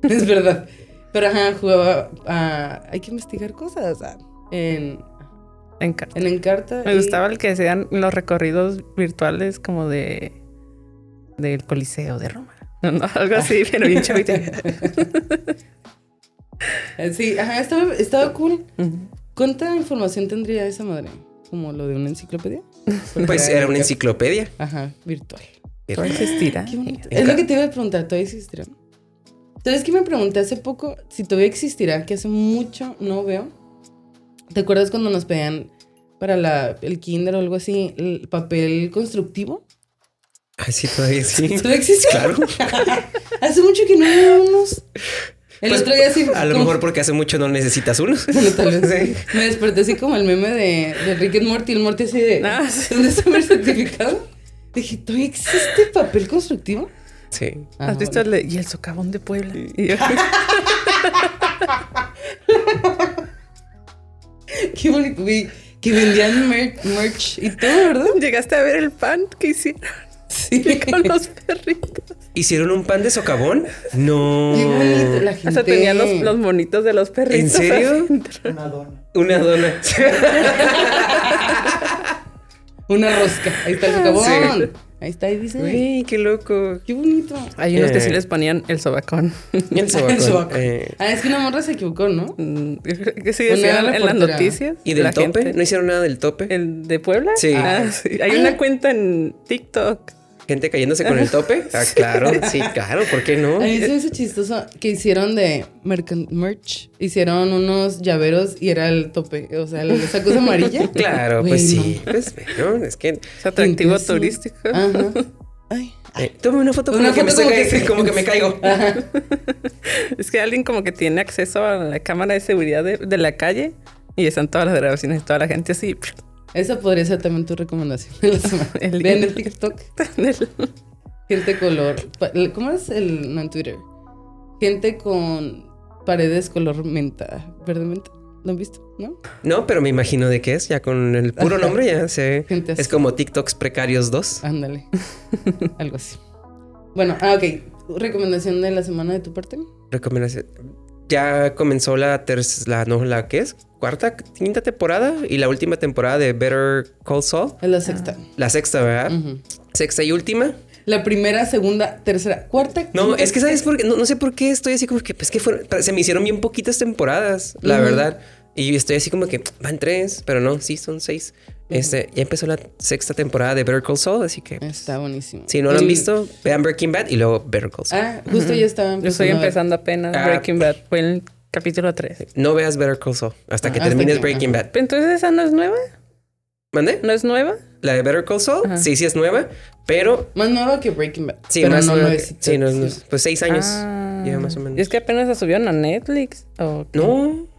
Speaker 1: es verdad. Pero ajá, jugaba a. Hay que investigar cosas. ah, En,
Speaker 2: Encarta.
Speaker 1: en Encarta.
Speaker 2: Me
Speaker 1: y-
Speaker 2: gustaba el que sean los recorridos virtuales como de del Coliseo de Roma. No, no, algo así, pero bien chavito.
Speaker 1: Eh, Sí, ajá, estaba, estaba cool.
Speaker 2: Ujú.
Speaker 1: ¿Cuánta información tendría esa madre? Como lo de una enciclopedia.
Speaker 4: Pues era una enciclopedia.
Speaker 1: Ajá, virtual.
Speaker 2: Todavía existirá.
Speaker 1: Qué bonito.
Speaker 2: eh,
Speaker 4: Enca-
Speaker 1: Es lo que te iba a preguntar, ¿todavía existirá? ¿Sabes que me pregunté hace poco si todavía existirá? Que hace mucho no veo. ¿Te acuerdas cuando nos pedían para la, el kinder o algo así el papel constructivo?
Speaker 4: Ay, Ah, sí, todavía sí.
Speaker 1: ¿Todavía existe?
Speaker 4: Claro.
Speaker 1: Hace mucho que no veo unos. El
Speaker 4: Pues,
Speaker 1: otro día sí.
Speaker 4: A lo
Speaker 1: como-
Speaker 4: mejor porque hace mucho no necesitas unos.
Speaker 1: Bueno, tal vez
Speaker 4: Sí.
Speaker 1: sí. Me desperté así como el meme de, de Rick and Morty. El Morty así de.
Speaker 2: Ah, sí.
Speaker 1: ¿Dónde está mi certificado? Dije, ¿todavía existe papel constructivo?
Speaker 4: Sí.
Speaker 1: Ah,
Speaker 2: ¿Has visto el de- y el socavón de Puebla? Y yo,
Speaker 1: Qué bonito, güey. Que vendían mer- merch y todo, ¿verdad?
Speaker 2: Llegaste a ver el pan que hicieron
Speaker 1: Sí.
Speaker 2: con los perritos.
Speaker 4: ¿Hicieron un pan de socavón? No.
Speaker 1: Qué bonito. La gente.
Speaker 2: Hasta tenían los, los monitos de los perritos.
Speaker 4: ¿En serio?
Speaker 2: adentro.
Speaker 4: Una dona.
Speaker 1: Una rosca. Ahí está el socavón.
Speaker 4: Sí.
Speaker 1: Ahí está, ahí dice.
Speaker 4: Güey, qué loco.
Speaker 1: Qué bonito.
Speaker 2: Hay unos que sí
Speaker 4: Eh.
Speaker 2: les ponían el sobacón.
Speaker 4: El sobacón,
Speaker 1: El sobacón.
Speaker 4: eh,
Speaker 1: Ah, es que una morra se equivocó, ¿no?
Speaker 2: Mm, yo creo que sí
Speaker 1: Una
Speaker 2: decían en las
Speaker 1: reportera.
Speaker 2: noticias.
Speaker 4: ¿Y del
Speaker 2: la
Speaker 4: tope?
Speaker 2: gente-
Speaker 4: ¿No hicieron nada del tope?
Speaker 2: ¿El de Puebla?
Speaker 4: Sí.
Speaker 2: Ah, sí. Hay una cuenta en TikTok.
Speaker 4: ¿Gente cayéndose con el tope? Ah, claro, sí, claro, ¿por qué no?
Speaker 1: A mí se me hizo chistoso que hicieron de mercan- merch, hicieron unos llaveros y era el tope, o sea, esa cosa amarilla.
Speaker 4: Claro,
Speaker 1: Güey,
Speaker 4: pues
Speaker 1: no.
Speaker 4: sí. Pues bueno, es que.
Speaker 2: Es atractivo
Speaker 1: Entonces,
Speaker 2: turístico.
Speaker 1: Ajá. Ay,
Speaker 4: eh, tome una foto como
Speaker 1: Una
Speaker 4: que me
Speaker 1: foto
Speaker 4: saca
Speaker 1: como que Ah.
Speaker 4: este,
Speaker 1: sí.
Speaker 4: como que me caigo.
Speaker 2: Es que alguien como que tiene acceso a la cámara de seguridad de, de la calle y están todas las grabaciones, toda la gente así.
Speaker 1: esa podría ser también tu recomendación de la semana.
Speaker 2: El-
Speaker 1: Vean el TikTok,
Speaker 2: en el-
Speaker 1: gente color. pa- ¿Cómo es el no en Twitter? Gente con paredes color menta, verde menta. ¿Lo han visto? ¿No?
Speaker 4: No, pero me imagino de qué es. Ya con el puro nombre ya se...
Speaker 1: Gente así. Ah.
Speaker 4: Es como TikToks Precarios 2.
Speaker 1: Ándale. Algo así. Bueno, ah, ok. ¿Recomendación de la semana de tu parte?
Speaker 4: Recomendación. Ya comenzó la tercera... No, la que es cuarta, quinta temporada y la última temporada de Better Call Saul.
Speaker 1: Es la sexta.
Speaker 4: La sexta, ¿verdad?
Speaker 1: Ujú.
Speaker 4: Sexta y última.
Speaker 1: La primera, segunda, tercera, cuarta.
Speaker 4: No,
Speaker 1: quinta.
Speaker 4: es que sabes por qué, no, no sé por qué estoy así como que, pues que fueron, se me hicieron bien poquitas temporadas, la
Speaker 1: Ujú.
Speaker 4: verdad. Y yo estoy así como que van tres, pero no, sí, son seis. Este, ya empezó la sexta temporada de Better Call Saul, así que
Speaker 1: Está buenísimo.
Speaker 4: si no lo han
Speaker 1: El-
Speaker 4: visto, vean Breaking Bad y luego Better Call Saul.
Speaker 1: Ah, justo ya estaba empezando.
Speaker 2: Yo estoy
Speaker 1: a ver.
Speaker 2: empezando apenas
Speaker 4: Ah.
Speaker 2: Breaking Bad. Fue el capítulo 3.
Speaker 4: No veas Better Call Saul hasta que
Speaker 1: Ah, hasta
Speaker 4: termines
Speaker 1: que-
Speaker 4: Breaking Bad.
Speaker 2: Entonces, ¿esa no es nueva?
Speaker 4: ¿Mandé?
Speaker 2: ¿No es nueva?
Speaker 4: La de Better Call Saul, sí, sí es nueva, pero
Speaker 1: Más nueva que Breaking Bad.
Speaker 4: sí,
Speaker 1: pero
Speaker 4: más
Speaker 1: no
Speaker 4: nueva que-
Speaker 1: nuevecita.
Speaker 4: sí, no, no, pues seis años
Speaker 2: Ah.
Speaker 4: lleva más o menos.
Speaker 2: Y es que apenas la subieron a Netflix. ¿o qué?
Speaker 4: No,
Speaker 2: No.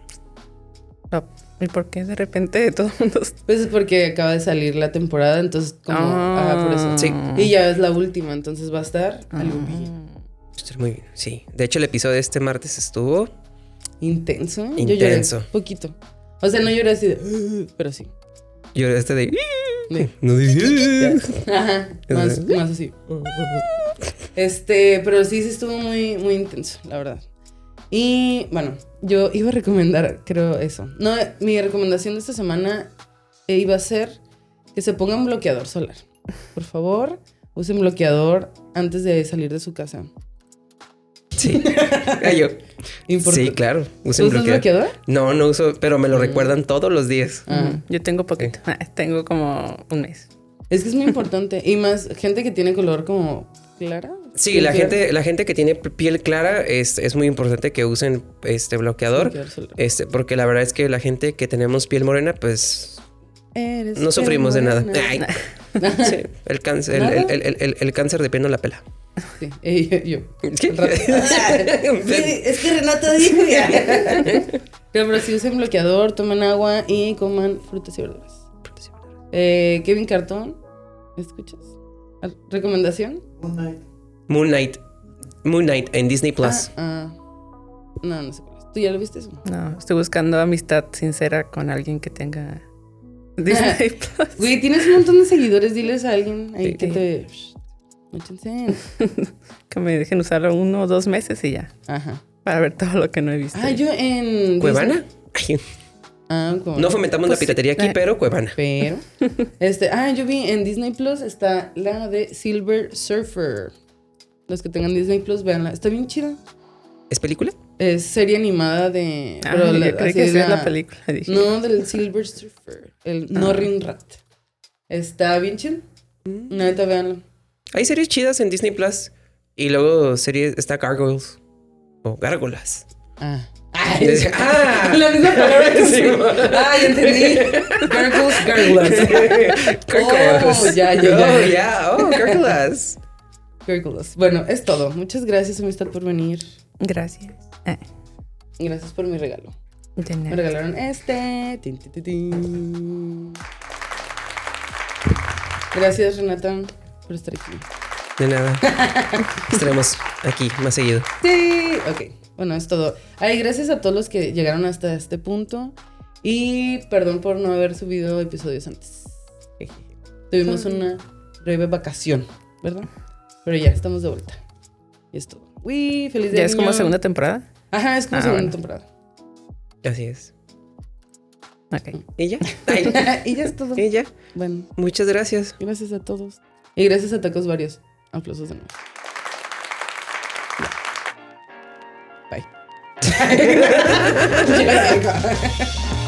Speaker 2: ¿Y por qué de repente todo el mundo está-
Speaker 1: Pues es porque acaba de salir la temporada, entonces como...
Speaker 2: Ah.
Speaker 1: Ah, por eso.
Speaker 4: Sí. Ah.
Speaker 1: Y ya es la última, entonces va a estar algo bien
Speaker 4: estoy muy bien, sí. De hecho, el episodio de este martes estuvo
Speaker 1: intenso. Yo lloré
Speaker 4: Intenso.
Speaker 1: poquito. O sea, no lloré así de... "Ugh", Pero sí.
Speaker 4: Yo este de.
Speaker 1: De-
Speaker 4: No de-
Speaker 1: Ajá, más, más así. Este, pero sí, sí estuvo muy, muy intenso, la verdad. Y bueno, yo iba a recomendar, creo, eso. No, mi recomendación de esta semana eh, iba a ser que se pongan bloqueador solar. Por favor, usen bloqueador antes de salir de su casa.
Speaker 4: Sí. Ah, yo.
Speaker 1: Importante.
Speaker 4: Sí, claro.
Speaker 1: ¿Tú
Speaker 4: Usen
Speaker 1: usas
Speaker 4: bloqueador.
Speaker 1: bloqueador?
Speaker 4: No, no uso, pero me lo recuerdan todos los días.
Speaker 1: Ah,
Speaker 2: Yo tengo poquito. Ah, Tengo como un mes.
Speaker 1: es que es muy importante. Y más gente que tiene color como clara.
Speaker 4: Sí,
Speaker 1: piel
Speaker 4: la
Speaker 1: clara,
Speaker 4: gente, la gente que tiene piel clara es, es muy importante que usen este bloqueador.
Speaker 1: bloqueador solar.
Speaker 4: Este, porque la verdad es que la gente que tenemos piel morena, pues
Speaker 1: Eres
Speaker 4: no sufrimos de nada.
Speaker 1: morena.
Speaker 4: Ay. Sí, el cáncer, el,
Speaker 1: ¿Nada?
Speaker 4: el- el- el- el cáncer de piel no la pela.
Speaker 1: Sí, ey, yo. yo. Ah, Sí, es que Renata dijo ya. Pero, pero si usen bloqueador, tomen agua y coman frutas y verduras. Eh, Kevin Cartón, ¿me ¿escuchas? Ah, ¿Recomendación?
Speaker 4: Moon Knight. Moon Knight en Disney Plus.
Speaker 1: Ah, ah. no, no sé cuál es. ¿Tú ya lo viste eso?
Speaker 2: No, estoy buscando amistad sincera con alguien que tenga Disney Plus.
Speaker 1: Güey, tienes un montón de seguidores, diles a alguien ahí
Speaker 4: Sí.
Speaker 1: que te... Shh, échense.
Speaker 2: Que me dejen usarlo uno o dos meses y ya.
Speaker 1: Ajá.
Speaker 2: Para ver todo lo que no he visto.
Speaker 1: Ah, yo en...
Speaker 4: ¿Cuevana? Ay,
Speaker 1: Ah, Cuevana.
Speaker 4: no fomentamos la piratería aquí,
Speaker 2: eh.
Speaker 4: pero Cuevana.
Speaker 1: Pero. este, ah, yo vi en Disney Plus está la de Silver Surfer. Los que tengan Disney Plus, véanla. Está bien chida.
Speaker 4: ¿Es película?
Speaker 1: Es serie animada de.
Speaker 2: Ah,
Speaker 1: pero
Speaker 2: yo
Speaker 1: la-
Speaker 2: creí
Speaker 1: así
Speaker 2: que sí
Speaker 1: la-
Speaker 2: es la Ah. película. Dije.
Speaker 1: No, del Silver Surfer. El Norrin Rat. Está bien chida.
Speaker 2: Mm.
Speaker 1: Neta, véanla.
Speaker 4: Hay series chidas en Disney Plus. Y luego series, está Gargoyles. O Gárgolas.
Speaker 1: Ah.
Speaker 4: Ah.
Speaker 1: La misma palabra que
Speaker 4: Sí,
Speaker 1: sí.
Speaker 4: mo.
Speaker 1: Ah, ya entendí. Gargles, gargles.
Speaker 4: Gárgolas.
Speaker 1: Oh, ya, ya, ya.
Speaker 4: Oh, ya. Oh, Gárgolas.
Speaker 1: Gargles. Bueno, es todo. Muchas gracias, amistad, por venir.
Speaker 2: Gracias. Ah,
Speaker 1: Gracias por mi regalo.
Speaker 2: de
Speaker 1: Me
Speaker 2: nada.
Speaker 1: regalaron este. Tin, tin, tin, tin. Gracias, Renata, por estar aquí.
Speaker 4: De nada. Estaremos aquí más seguido.
Speaker 1: Sí, ok. Bueno, es todo. Ay, gracias a todos los que llegaron hasta este punto. Y perdón por no haber subido episodios antes. Jeje. Tuvimos una breve vacación, ¿verdad? Pero ya estamos de vuelta. Y es todo. Uy, feliz día.
Speaker 2: Ya es como
Speaker 1: niño.
Speaker 2: segunda temporada.
Speaker 1: Ajá, es como
Speaker 2: Ah,
Speaker 1: segunda
Speaker 2: bueno.
Speaker 1: temporada.
Speaker 4: Así es.
Speaker 2: Ok.
Speaker 4: Y ya. Ay,
Speaker 1: y ya es todo.
Speaker 4: y ya.
Speaker 1: Bueno.
Speaker 4: Muchas gracias.
Speaker 1: Gracias a todos. Y gracias a Tacos Varios. Aplausos de nuevo. Ya. Bye.